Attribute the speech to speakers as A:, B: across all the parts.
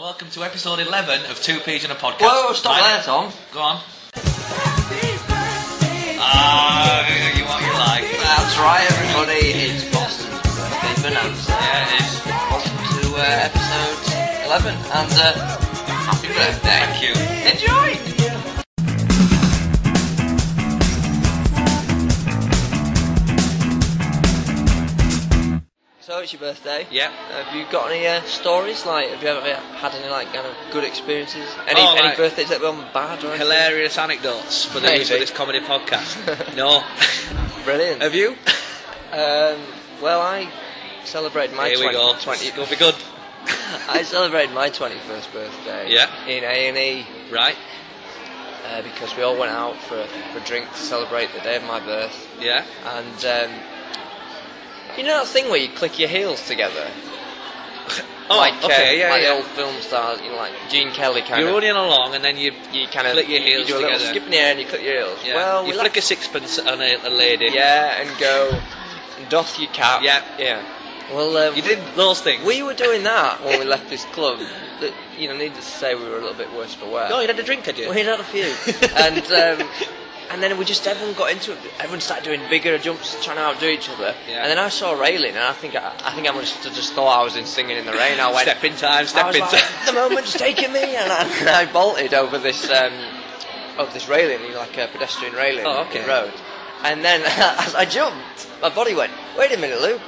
A: welcome to episode 11 of Two Peas in a Podcast.
B: Whoa, stop
A: My-
B: there, Tom.
A: Go on. Ah, you want your like.
B: That's right, everybody. It's Boston's birthday bonanza.
A: Yeah, it is.
B: Welcome uh, to uh, episode 11, and uh, happy birthday.
A: Thank you.
B: Enjoy. So it's your birthday.
A: Yeah.
B: Have you got any uh, stories? Like, have you ever had any like kind of good experiences? Any
A: Oh,
B: any
A: like-
B: birthdays that were bad or anything?
A: Hilarious anecdotes for, the,
B: Maybe.
A: for this comedy podcast. No.
B: Brilliant.
A: Have you?
B: Um, well, I celebrated my
A: Here
B: 20,
A: we go.
B: 20
A: It's gonna be good.
B: I celebrated my 21st birthday.
A: Yeah.
B: In A and E
A: Right.
B: uh, because we all went out for for a drink to celebrate the day of my birth,
A: Yeah.
B: and um, you know that thing where you click your heels together,
A: Oh,
B: like
A: okay.
B: uh,
A: yeah,
B: like
A: yeah.
B: old film stars, you know, like Gene Kelly kind
A: You're
B: of.
A: running along and then you
B: you kind of
A: flick your
B: you-
A: heels
B: you do a little
A: together.
B: skip in the air and you click your heels.
A: yeah.
B: Well,
A: you
B: we
A: flick a sixpence on a, a lady.
B: yeah, and go and doff your cap.
A: Yeah.
B: yeah. Well, um,
A: You did those things.
B: We were doing that when we left this club. That, you know, needless to say, we were a little bit worse for wear.
A: No, you had a drink, had you?
B: We had a few, and um, and then we just everyone got into it. Everyone started doing bigger jumps, trying to outdo each other.
A: Yeah.
B: And then I saw railing, and I think I, I think I must have just thought I was in singing in the rain. I went
A: Step in time,
B: I
A: step
B: was
A: in
B: like,
A: time.
B: the moment's taking me, and I, and I bolted over this um, over this railing, you know, like a pedestrian railing
A: Oh,
B: in
A: okay.
B: the road. And then as I jumped, my body went, "Wait a minute, Luke,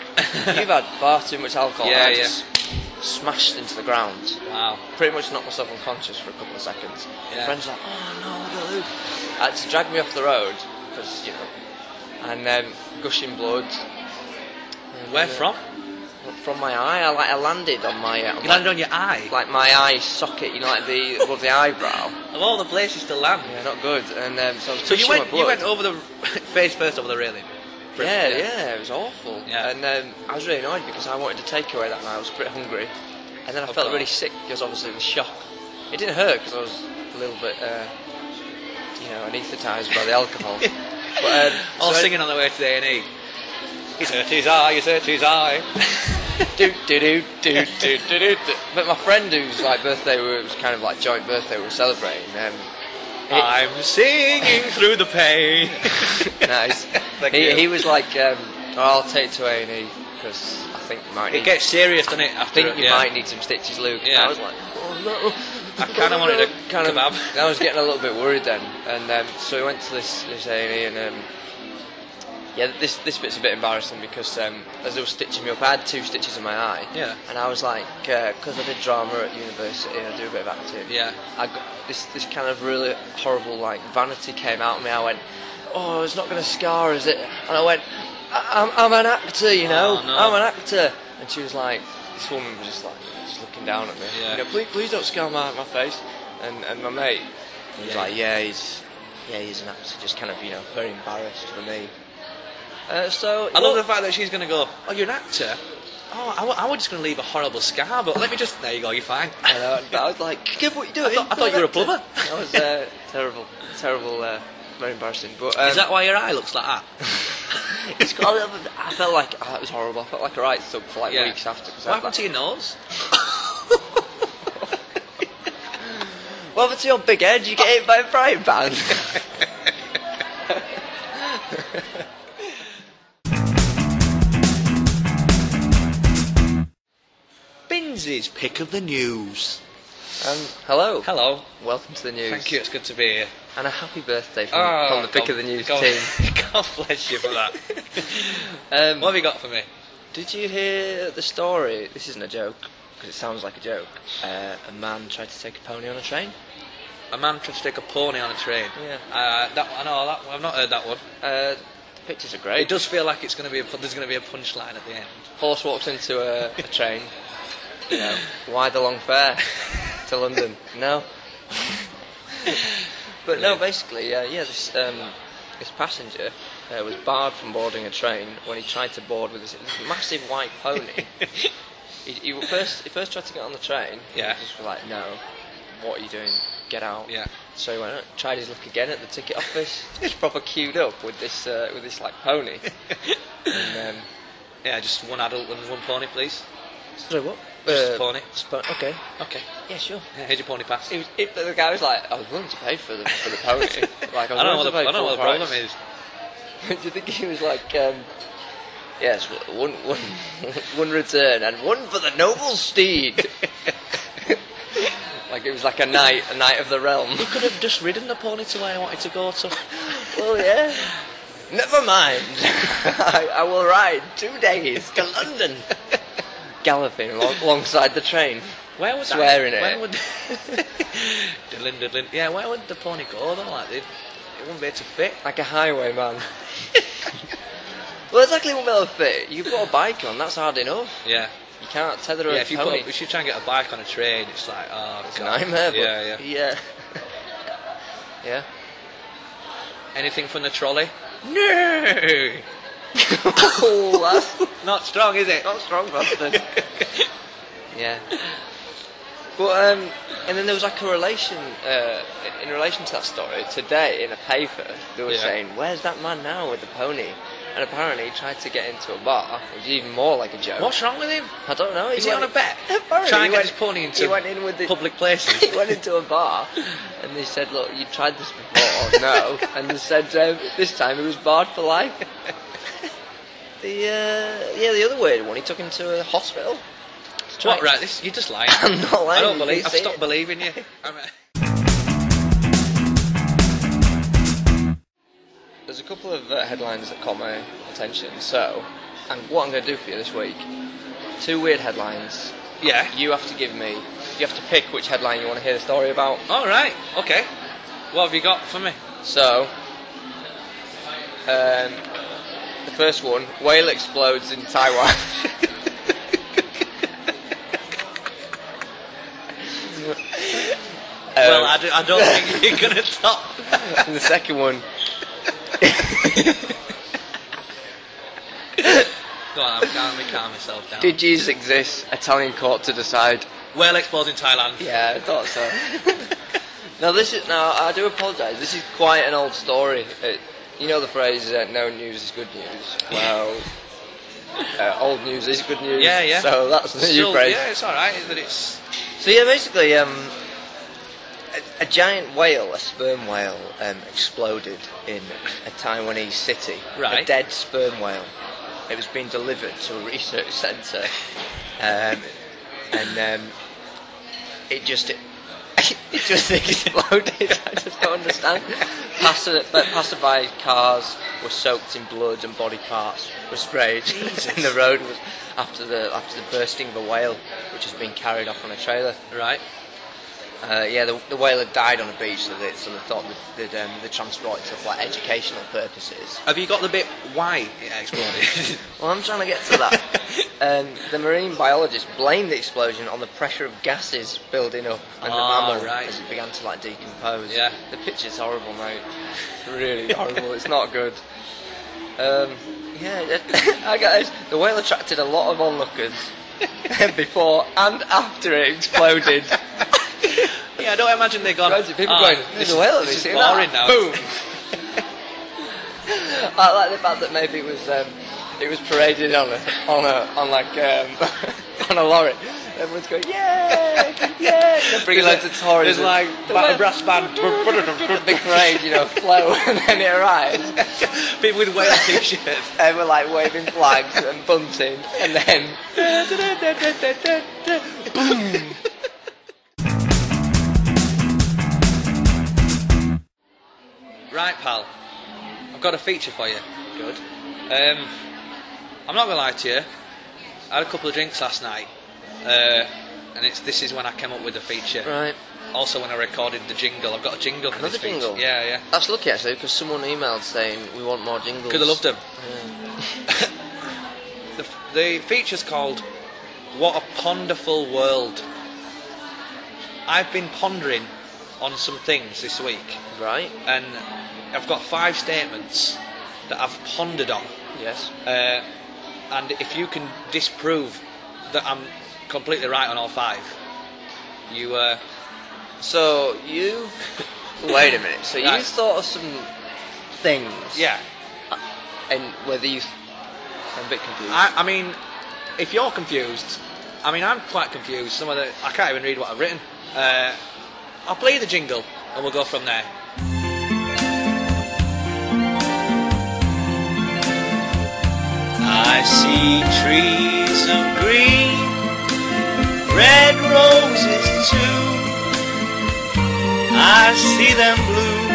B: you've had far too much alcohol."
A: Yeah,
B: and I
A: yeah.
B: just smashed into the ground
A: Wow.
B: pretty much knocked myself unconscious for a couple of seconds.
A: Yeah.
B: My friend's like, oh no, look at Luke. I had to drag me off the road, because, you know, and um, gushing blood. And,
A: Where
B: uh,
A: from?
B: From my eye. I, like, I landed on my, uh, on
A: You
B: my
A: landed on your eye.
B: like my eye socket, you know, like the above the eyebrow.
A: Of all the places to land.
B: Yeah, not good. And um, so I was
A: So you
B: gushing
A: went,
B: with
A: you
B: blood.
A: went over the face first over the railing.
B: Yeah, yeah, it was awful.
A: Yeah.
B: And um, I was really annoyed because I wanted to take away that night. I was a bit hungry, and then I
A: Of
B: felt really
A: course.
B: sick because obviously the shock. It didn't hurt because I was a little bit, uh, you know, anaesthetised by the alcohol. but um,
A: All
B: so I-
A: singing on the way to the E. A&E. He's hurt his eye, he's hurt his eye.
B: do do do do do do do. do. But my friend whose like birthday we- it was kind of like joint birthday we were celebrating. Um, he-
A: I'm singing through the pain.
B: nice.
A: Thank
B: he,
A: you.
B: he was like, um, oh, I'll take it to A and E because I think you might need.
A: It gets serious, doesn't it?
B: I
A: After
B: think you
A: yeah.
B: might need some stitches, Luke.
A: Yeah.
B: I was like, oh no.
A: I kinda wanted a
B: kind of.
A: kebab.
B: I was getting a little bit worried then, and um, so we went to this this A and E, and um, yeah, this this bit's a bit embarrassing because um, as they were stitching me up, I had two stitches in my eye.
A: Yeah.
B: And I was like, because I did drama at university and I do a bit of acting.
A: Yeah.
B: I got this this kind of really horrible like vanity came out of me. I went, oh, it's not going to scar, is it? And I went, I- I'm, I'm an actor, you know,
A: Oh, no.
B: I'm an actor. And she was like, this woman was just like, just looking down at me.
A: Yeah.
B: You know, please, please don't scar my, my face. And and my mate, he was
A: Yeah.
B: like, yeah, he's yeah, he's an actor, just kind of you know very embarrassed for me. Uh, so
A: I love
B: well-
A: the fact that she's going to go, oh, you're an actor? Oh, I, wa- I was just going to leave a horrible scar, but let me just... There you go, you're fine.
B: And I, but I was like, give what you doing.
A: I thought- I thought you were a plumber.
B: That was uh, terrible, terrible, uh, very embarrassing. But um,
A: Is that why your eye looks like that?
B: it's got a little bit, I felt like ah, it was horrible. I felt like a right thug for like
A: Yeah.
B: weeks after. Cause
A: What
B: I
A: happened
B: had
A: to
B: that-
A: your nose?
B: What happened to your big head? You get hit by a frying pan.
A: Binz's pick of the news.
B: um, hello.
A: Hello.
B: Welcome to the news.
A: Thank you, it's good to be here. Ah,
B: And a happy birthday from, from the pick of the news
A: God,
B: team.
A: God bless you for that.
B: Um,
A: what have you got for me?
B: Did you hear the story? This isn't a joke because it sounds like a joke. Uh, a man tried to take a pony on a train.
A: A man trying to take a pony on a train.
B: Yeah.
A: Uh, that I know that one- I've not heard that one.
B: Uh, the pictures are
A: It
B: great.
A: does feel like it's going to be a pu- there's going to be a punchline at the end.
B: Horse walks into a, a train. You know, why the long fare to London? No. but no, basically, uh, yeah, this um, this passenger uh, was barred from boarding a train when he tried to board with this massive white pony. he, he first he first tried to get on the train.
A: Yeah.
B: He just was like, no, what are you doing? Get out.
A: Yeah.
B: So he went out, tried his luck again at the ticket office. He's proper queued up with this uh, with this like pony. and um,
A: Yeah, just one adult and one pony, please.
B: sorry, what?
A: Just a pony.
B: Sp- okay.
A: Okay.
B: Yeah, sure.
A: Yeah, here's your pony pass.
B: It was, it, the guy was like, I was willing to pay for the for the pony. like, I, was
A: I don't know
B: willing
A: what the,
B: to pay
A: I don't know
B: full
A: what the problem
B: price.
A: is.
B: Do you think he was like, um, yes, w- one, one, one return and one for the noble steed? like it was like a knight, a knight of the realm.
A: I could have just ridden the pony to where I wanted to go to.
B: well, yeah. Never mind. I, I will ride two days to London. Galloping along, alongside the train.
A: Where was
B: Swearing
A: that?
B: at
A: Where
B: it.
A: would diddling, diddling. Yeah, where would the pony go though? Like, it, it wouldn't be able to fit.
B: Like a highwayman. well, exactly one will fit. You put a bike on, that's hard enough.
A: Yeah.
B: You can't tether a
A: Yeah, if you
B: pony.
A: put, if you try and get a bike on a train, it's like, oh,
B: It's a
A: God.
B: nightmare, but
A: Yeah, yeah.
B: yeah. yeah.
A: Anything from the trolley? No.
B: oh, that's
A: Not strong, is it?
B: not strong, bastard. yeah. But um, and then there was like a relation uh, in- in relation to that story today in a paper. They were
A: Yeah.
B: saying, "Where's that man now with the pony?" And apparently, he tried to get into a bar, which is even more like a joke.
A: What's wrong with him?
B: I don't know.
A: Is he on a
B: went-
A: bet?
B: Apparently,
A: Try
B: he
A: and get
B: went-
A: his pony into
B: he went in with the,
A: public places.
B: he went into a bar and they said, Look, you tried this before,
A: Oh,
B: no. And they said, um, This time he was barred for life. the, uh, yeah, the other weird one, he took him to a hospital.
A: What, right? This, you're just lying.
B: I'm not lying.
A: I don't
B: you
A: believe.
B: can
A: I've
B: see
A: stopped
B: it.
A: believing you. I'm a-
B: There's a couple of uh, headlines that caught my attention, so, and what I'm going to do for you this week two weird headlines.
A: yeah.
B: You have to give me, you have to pick which headline you want to hear the story about.
A: All right. Okay. What have you got for me?
B: So, um, the first one: whale explodes in Taiwan. Um,
A: well, I, do, I don't think you're gonna top.
B: and the second one:
A: Go on, I'm calm, let me calm myself down.
B: did Jesus exist? Italian court to decide.
A: Whale explodes in Thailand.
B: Yeah, I thought so. now this is now. I do apologise. This is quite an old story. It, you know the phrase uh, "no news is good news." Well, uh, old news is good news.
A: Yeah, yeah.
B: So that's the new
A: Still,
B: phrase.
A: yeah, it's all right. That it's
B: So yeah, basically, um, a, a giant whale, a sperm whale, um, exploded in a Taiwanese city. A
A: Right.
B: dead sperm whale. It was being delivered to a research centre, um, and um, it just it, just exploded. I just don't understand. Passer, but passerby cars were soaked in blood and body parts were sprayed, and the road was after the after the bursting of a whale, which has been carried off on a trailer.
A: right.
B: Uh, yeah, the, the whale had died on a beach, so they, so they thought that they'd, um, they transported it for like, educational purposes.
A: Have you got the bit why it exploded?
B: Well, I'm trying to get to that. um, the marine biologist blamed the explosion on the pressure of gases building up
A: Ah,
B: and the mammal
A: right.
B: as it began to like decompose.
A: Yeah.
B: The picture's horrible, mate. Really horrible. it's not good. Um, yeah, I guys, the whale attracted a lot of onlookers before and after it exploded.
A: yeah, I don't imagine they gone.
B: Imagine people
A: "Ah,
B: going,
A: this,
B: "There's a whale, have you
A: This is
B: seen
A: boring
B: that?"
A: now.
B: Boom. I like the fact that maybe it was um, it was paraded on a on a on like um, on a lorry. Everyone's going, yeah, yeah. They're bringing loads of
A: There's
B: Tories. and-
A: like
B: the
A: ba-
B: whale-
A: brass band.
B: the big parade, you know, flow, and then it arrives.
A: people with whale t-shirts.
B: And we're like waving flags and bunting, and then boom.
A: Right, pal. I've got a feature for you.
B: Good.
A: Um, I'm not gonna lie to you. I had a couple of drinks last night, uh, and it's this is when I came up with the feature.
B: Right.
A: Also, when I recorded the jingle, I've got a jingle. for
B: Another
A: this feature.
B: jingle?
A: Yeah, yeah.
B: That's lucky actually, because someone emailed saying we want more jingles.
A: Could have loved them. the, the feature's called What a Ponderful World. I've been pondering on some things this week,
B: Right.
A: and I've got five statements that I've pondered on.
B: Yes.
A: Uh, and if you can disprove that I'm completely right on all five, you. Uh,
B: So you wait a minute. So you
A: Right.
B: thought of some things.
A: yeah.
B: And whether you, I'm a bit confused.
A: I, I mean, if you're confused, I mean, I'm quite confused. Some of the I can't even read what I've written. Uh, I'll play the jingle and we'll go from there. I see trees of green, red roses too. I see them blue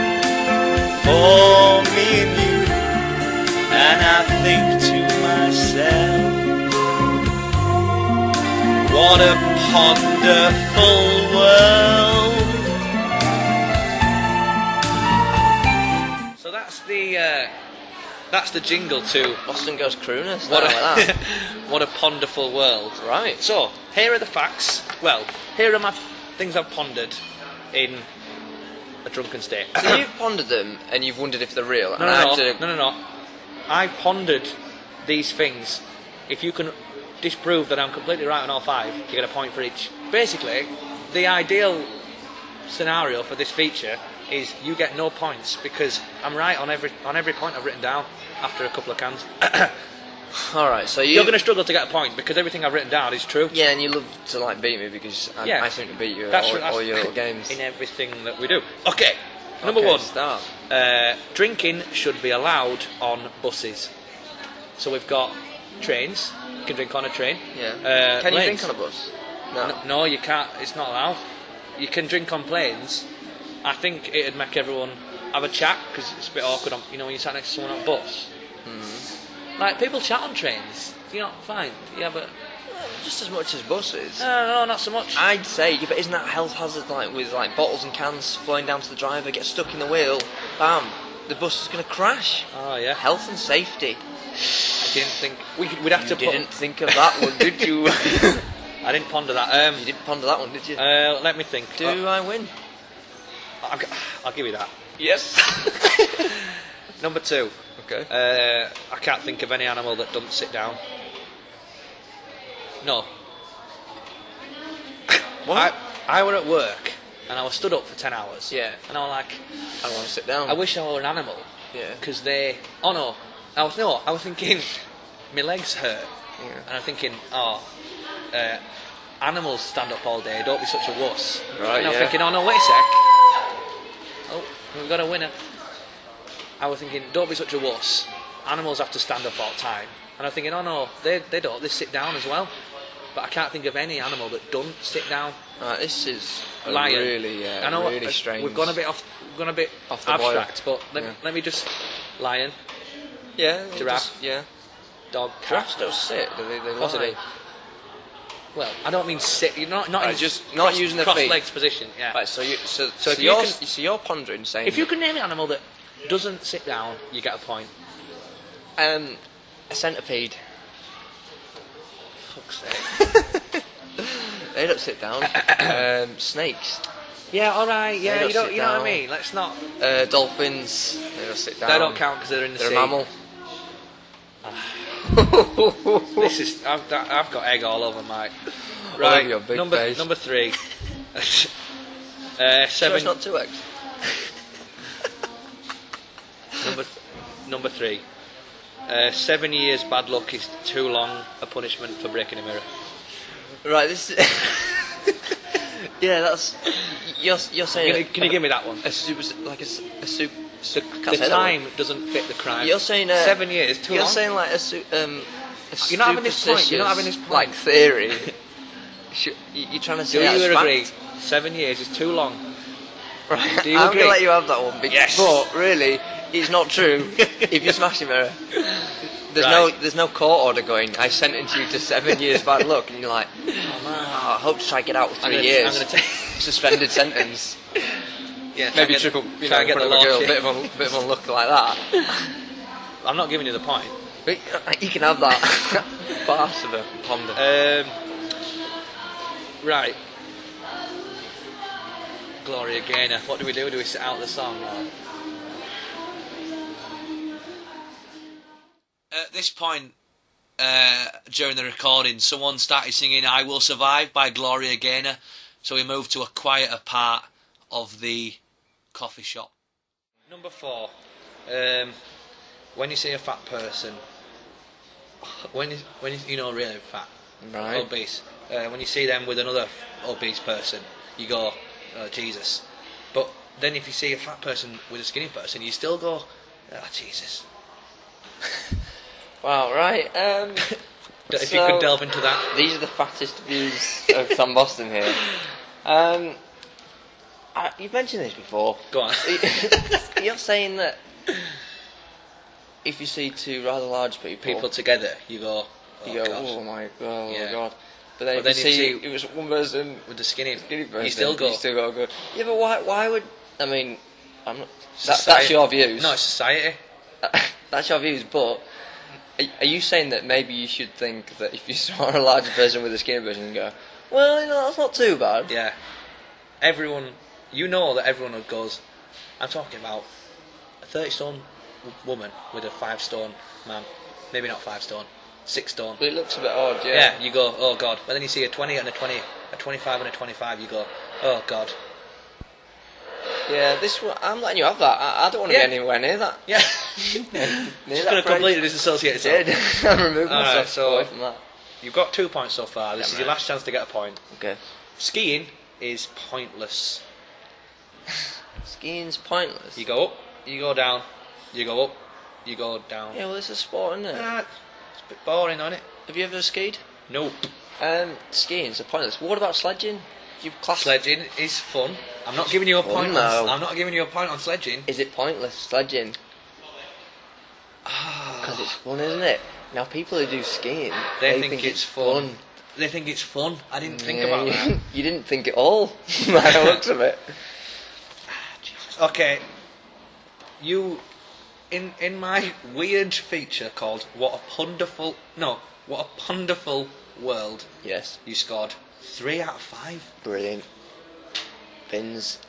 A: for me and you, and I think to myself, what a wonderful world. So that's the uh, that's the jingle to
B: Boston goes crooners.
A: what
B: What
A: a,
B: like that.
A: what a ponderful world.
B: right.
A: So, here are the facts. Well, here are my things I've pondered in a drunken state.
B: So you've pondered them and you've wondered if they're real.
A: no,
B: and I
A: no,
B: had
A: no,
B: to,
A: no, no, no. I pondered these things. If you can disprove that I'm completely right on all five, you get a point for each. Basically, the ideal scenario for this feature is you get no points because I'm right on every on every point I've written down after a couple of cans.
B: All right. So you.
A: You're going to struggle to get a point because everything I've written down is true.
B: Yeah, and you love to like beat me because I, I seem to beat you at
A: That's
B: all,
A: right, that's-
B: all your little games.
A: in everything that we do. Okay, number
B: Okay,
A: one.
B: Start.
A: Uh, drinking should be allowed on buses. So we've got trains. You can drink on a train.
B: Yeah.
A: Uh,
B: Can you
A: planes.
B: drink on a bus? No.
A: N- No, you can't. It's not allowed. You can drink on planes. I think it'd make everyone have a chat because it's a bit awkward. On, you know, when you sat next to someone on a bus.
B: Mm-hmm.
A: Like people chat on trains. Do you not find? You have a
B: Just as much as buses.
A: no, no, no, not so much.
B: I'd say, yeah, but isn't that a health hazard like with like bottles and cans flying down to the driver, get stuck in the wheel, bam, the bus is gonna crash.
A: oh yeah,
B: Health and safety.
A: I didn't think we, we'd have to.
B: You
A: put-
B: didn't think of that one, did you?
A: I didn't ponder that. Um,
B: you didn't ponder that one, did you?
A: Uh, let me think.
B: Do
A: Uh,
B: I win?
A: I'll, g- I'll give you that.
B: Yes.
A: Number two.
B: okay.
A: Uh, I can't think of any animal that doesn't sit down. No.
B: What?
A: I, I were at work and I was stood up for 10 hours.
B: Yeah.
A: And I was like,
B: I want to sit down.
A: I wish I were an animal.
B: Yeah.
A: Because they. Oh no. I was, no, I was thinking, my legs hurt.
B: Yeah.
A: And I'm thinking, oh, uh, animals stand up all day, don't be such a wuss.
B: Right,
A: and I'm
B: yeah.
A: thinking, oh no, wait a sec. Oh, we've got a winner. I was thinking, don't be such a wuss. Animals have to stand up all the time. And I'm thinking, oh no, they, they don't, they sit down as well. But I can't think of any animal that don't sit down.
B: Right, this is a
A: Lion.
B: really, uh,
A: I know
B: really
A: uh,
B: strange.
A: We've gone a bit off, we've gone a bit
B: Off the boil.
A: abstract, but let,
B: Yeah.
A: let me just. Lion,
B: Yeah.
A: Giraffe.
B: just- yeah.
A: dog, cat.
B: Giraffes don't sit. Do they? They
A: Of course
B: lie.
A: they do. Well, I don't mean sit. You're not not
B: Right,
A: in
B: just not using their
A: cross
B: feet.
A: legs position. Yeah.
B: Right. So you. So,
A: So
B: so,
A: if you
B: you're,
A: can-
B: so you're pondering saying.
A: If you can name an animal that doesn't sit down, you get a point.
B: Um, a centipede.
A: Fuck's sake.
B: They don't sit down. um, snakes.
A: Yeah. All right. Yeah.
B: don't
A: You don't.
B: sit
A: You know what I
B: down.
A: mean. Let's not.
B: Uh, dolphins. They don't sit down.
A: They don't count because they're in the
B: They're
A: sea.
B: a mammal.
A: This is. I've, that- I've got egg all over my.
B: over your big
A: number
B: face.
A: number three. uh,
B: Sure
A: seven.
B: it's not two eggs.
A: number number three. Uh, seven years bad luck is too long a punishment for breaking a mirror.
B: Right. This. yeah, that's. You're, you're saying.
A: Can you, can you give me that one?
B: a super like a, s- a super.
A: The time doesn't fit the crime.
B: You're saying uh,
A: seven years. Too
B: you're
A: long.
B: saying like a su- um. A
A: You're not having this point, you're not having this
B: superstitious,
A: point.
B: Like theory. Sh- you- you're trying to
A: Do
B: say
A: you
B: that's fact.
A: agree? Seven years is too long.
B: Right.
A: Do you
B: I'm
A: agree?
B: gonna let you have that one. Because,
A: Yes.
B: But really, it's not true. if you smash a mirror, there's no
A: Right.
B: there's no court order going. I sentenced you to seven years bad luck, and you're like, oh, I hope to try get out for 3
A: I'm gonna-
B: years.
A: I'm gonna take-
B: suspended sentence.
A: Yeah,
B: Maybe triple. You know,
A: try and get the
B: put up a girl,
A: law.
B: bit of a bit of a look like that.
A: I'm not giving you the point.
B: But uh, you can have that. Part of a ponder.
A: Um, right. Gloria Gaynor. What do we do? Do we sit out the song? At this point, uh, during the recording, someone started singing "I Will Survive" by Gloria Gaynor, so we moved to a quieter part of the coffee shop. Number four. Um, when you see a fat person, when you, when you, you know really fat,
B: right.
A: obese. uh, when you see them with another obese person, you go, oh, Jesus. But then if you see a fat person with a skinny person, you still go, oh, Jesus.
B: Wow, right. Um,
A: If you
B: So-
A: could delve into that.
B: these are the fattest views of Sam Boston here. Um, I, you've mentioned this before.
A: Go on.
B: You're saying that if you see two rather large people,
A: People together, you go, oh,
B: you go,
A: God.
B: oh my oh my
A: Yeah.
B: god. But then,
A: But
B: if you
A: then
B: see,
A: you see-
B: it was one person
A: With the skinny,
B: Skinny person,
A: you still go.
B: You still got to go. Yeah, but why? Why would? I mean, I'm not. That, that's
A: Society-
B: your views.
A: No, it's society.
B: that's your views. But are, are you saying that maybe you should think that if you saw a larger person with a skinny person, and go, well, you know, that's not too bad.
A: Yeah. Everyone, you know that everyone goes, I'm talking about a 30 stone w- woman with a 5 stone man. Maybe not 5 stone, 6 stone.
B: But it looks a bit odd. Yeah.
A: Yeah, you go, oh God. But then you see a 20 and a 20, a 25 and a 25, you go, oh God.
B: Yeah, This one, I'm letting you have that. I, I don't want to
A: Yeah.
B: be anywhere near that.
A: Yeah.
B: Near
A: Just
B: that
A: going to
B: phrase.
A: completely disassociate itself.
B: Did I removed
A: All right,
B: myself
A: so-
B: away from that?
A: You've got two points so far. This is your last chance to get a point.
B: Okay.
A: Skiing is pointless.
B: Skiing's pointless.
A: You go up, you go down, you go up, you go down.
B: Yeah, well, it's a sport, isn't it?
A: Ah, it's a bit boring, on it?
B: Have you ever skied?
A: Nope.
B: Um, skiing's a pointless. What about sledging? You've classed
A: Sledging is fun. I'm not giving you a
B: Fun,
A: point.
B: though.
A: On, I'm not giving you a point on sledging.
B: Is it pointless sledging? Because it's fun, isn't it? Now people who do skiing,
A: Ah. They, think, it's fun. They think it's fun. I didn't think
B: Yeah,
A: about
B: you,
A: that.
B: You didn't think at all. By the looks of it.
A: Okay. You, in in my weird feature called "What a Wonderful" no, "What a Wonderful World,"
B: Yes,
A: you scored three out of five.
B: brilliant. Pins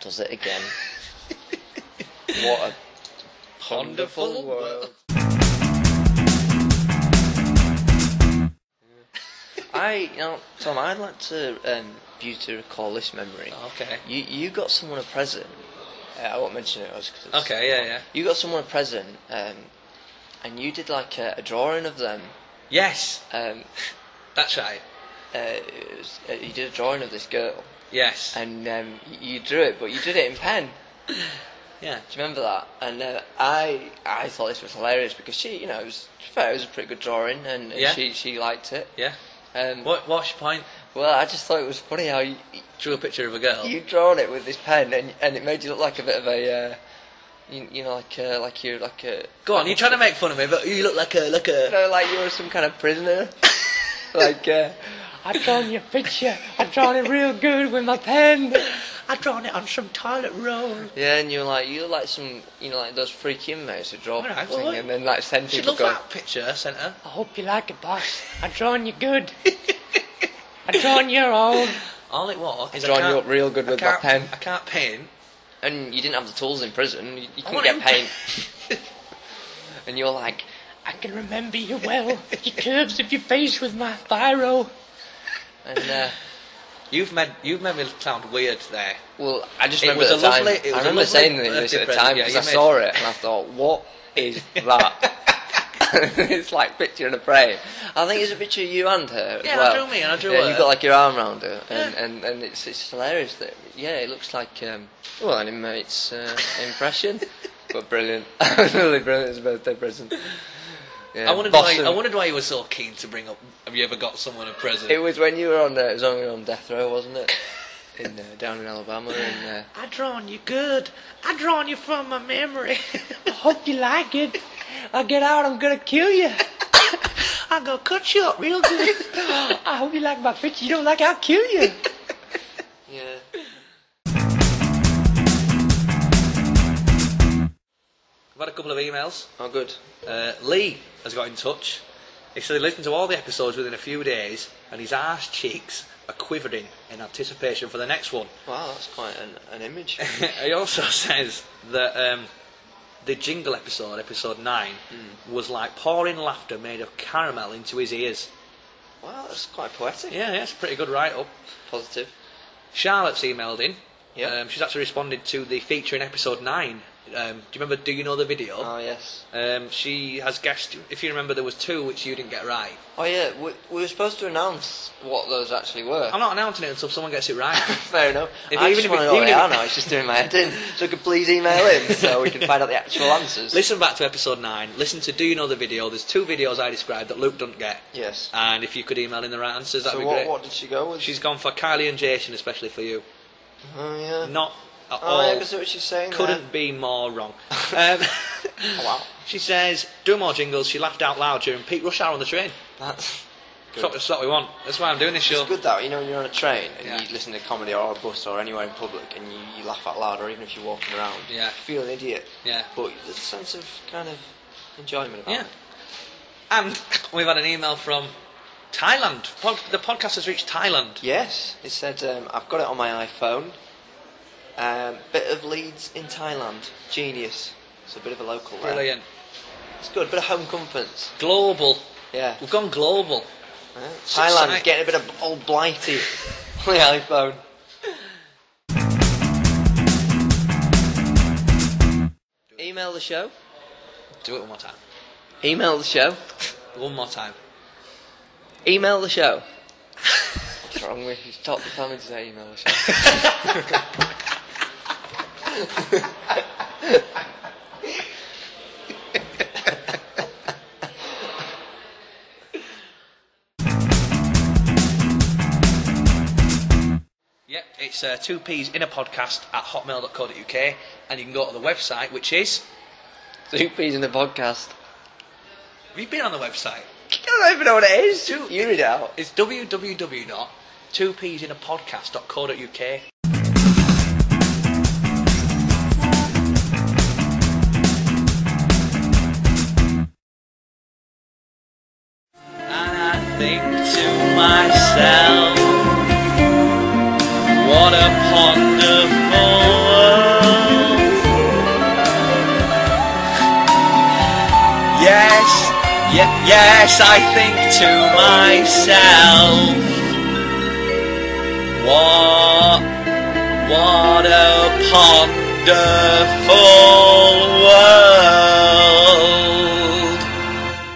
B: does it again. what a wonderful world. I, you know, Tom, I'd like to um, you to recall this memory.
A: Okay.
B: You you got someone a present. Uh, I won't mention who it was 'cause it's-
A: Okay. Yeah. Yeah.
B: You got someone a present, um, and you did like a, a drawing of them.
A: Yes.
B: Um,
A: That's right.
B: uh, it was, uh, you did a drawing of this girl,
A: Yes.
B: and um, y- you drew it, but you did it in pen.
A: Yeah.
B: Do you remember that? And uh, I I thought this was hilarious because she, you know, it was to be fair. It was a pretty good drawing, and, and
A: Yeah.
B: she she liked it.
A: Yeah.
B: Um,
A: What? What's your point?
B: Well, I just thought it was funny how you,
A: Drew a picture of a girl.
B: you drawn it with this pen, and and it made you look like a bit of a. Uh, you, you know, like uh, like you're like a
A: Go on. You're trying to make fun of me, but you look like a like a.
B: you know, like you were some kind of prisoner. like, uh, I've drawn your picture. I've drawn it real good with my pen.
A: I've drawn it on some toilet roll.
B: Yeah, and you're like, you're like some, you know, like those freak inmates who draw
A: All right,
B: thing
A: well,
B: and then like send
A: She
B: people
A: loved
B: go.
A: that picture I sent her.
B: I hope you like it, boss. I've drawn you good. I've drawn you all.
A: All it was is I
B: Drawn you
A: can't-
B: up real good
A: I
B: with my
A: can't-
B: pen.
A: I can't paint.
B: And you didn't have the tools in prison. You, you
A: I
B: couldn't
A: want
B: get
A: him-
B: paint. and you're like, I can remember you well. Your curves of your face with my biro. And uh,
A: You've made you've made me sound weird there.
B: Well, I just
A: It
B: remember
A: was
B: the
A: a
B: time.
A: lovely- it was
B: I
A: a
B: remember
A: lovely
B: saying this
A: birthday
B: at the
A: present,
B: time
A: yeah,
B: because
A: you
B: I
A: made-
B: saw it and I thought, what is that? it's like picture in a frame. I think it's a picture of you and her. as
A: Yeah, I
B: well.
A: drew me and I drew
B: yeah,
A: her.
B: You've got like your arm around her, and, and, and it's, it's hilarious that yeah, it looks like um, well an inmate's uh, impression, but brilliant, really brilliant as a birthday present. Yeah,
A: I wondered
B: Boston.
A: why I wondered why you were so keen to bring up. Have you ever got someone a present?
B: It was when you were on uh, it was when we were on death row, wasn't it? In uh, down in Alabama, and. Uh,
A: I drawn you good. I drawn you from my memory.
B: hope you like it. I get out, I'm gonna kill you.
A: I'm gonna cut you up real good.
B: I hope you like my picture. You don't like, I'll kill you. yeah.
A: I've had a couple of emails.
B: Oh, good.
A: Uh, Lee has got in touch. He said he listened to all the episodes within a few days, and his arse cheeks are quivering in anticipation for the next one.
B: Wow, that's quite an, an image.
A: he also says that um, the jingle episode, episode 9,
B: Hmm.
A: was like pouring laughter made of caramel into his ears.
B: wow, that's quite poetic.
A: Yeah, yeah, it's a pretty good write up.
B: Positive.
A: Charlotte's emailed in.
B: Yep.
A: Um, she's actually responded to the feature in episode 9 Um, do you remember? Do you know the video?
B: Oh yes.
A: Um, she has guessed. If you remember, there was two which you didn't get right.
B: Oh yeah. We, we were supposed to announce what those actually were.
A: I'm not announcing it until someone gets it right.
B: Fair enough.
A: If-
B: I
A: even
B: just
A: if
B: want
A: it-
B: to know what
A: even
B: they
A: if
B: are
A: it-
B: now. It's just doing my head in. So could please email in so we can find out the actual answers.
A: Listen back to episode nine. Listen to Do You Know the Video. There's two videos I described that Luke doesn't get.
B: Yes.
A: And if you could email in the right answers, that'd
B: So
A: be
B: what,
A: great.
B: what did she go with?
A: She's gone for Kylie and Jason, especially for you.
B: Oh yeah.
A: Not at
B: Oh,
A: all.
B: yeah, 'cause what she's saying. there. Oh,
A: Couldn't be more wrong. um,
B: Wow.
A: She says, do more jingles. She laughed out loud during peak rush hour on the train.
B: That's
A: That's what, that's what we want. That's why I'm doing this show.
B: it's good though. You know, when you're on a train and
A: Yeah.
B: you listen to comedy or a bus or anywhere in public and you, you laugh out loud, or even if you're walking around,
A: Yeah.
B: you feel an idiot.
A: Yeah.
B: But there's a sense of kind of enjoyment about
A: Yeah.
B: it.
A: And we've had an email from Thailand. Pod- the podcast has reached Thailand.
B: Yes, it said um, I've got it on my iPhone. Um, bit of Leeds in Thailand, genius. It's a bit of a local. there.
A: Brilliant.
B: It's good. Bit of home comforts.
A: Global.
B: Yeah.
A: We've gone glable.
B: Yeah. Thailand
A: exciting.
B: getting a bit of old blighty on the iPhone. Email the show.
A: Do it one more time.
B: Email the show.
A: One more time.
B: Email the show. What's wrong with you? Stop the family today, email the show.
A: Yep, it's uh, two P's in a podcast at hotmail.co.uk, and you can go to the website, which is.
B: Two peas in the podcast.
A: Have you been on the website?
B: I don't even know what it is. You read it out.
A: It's www.2psinapodcast.co.uk. And I think to myself, what a wonderful world. Yes, ye- yes, I think to myself, what, what a wonderful world.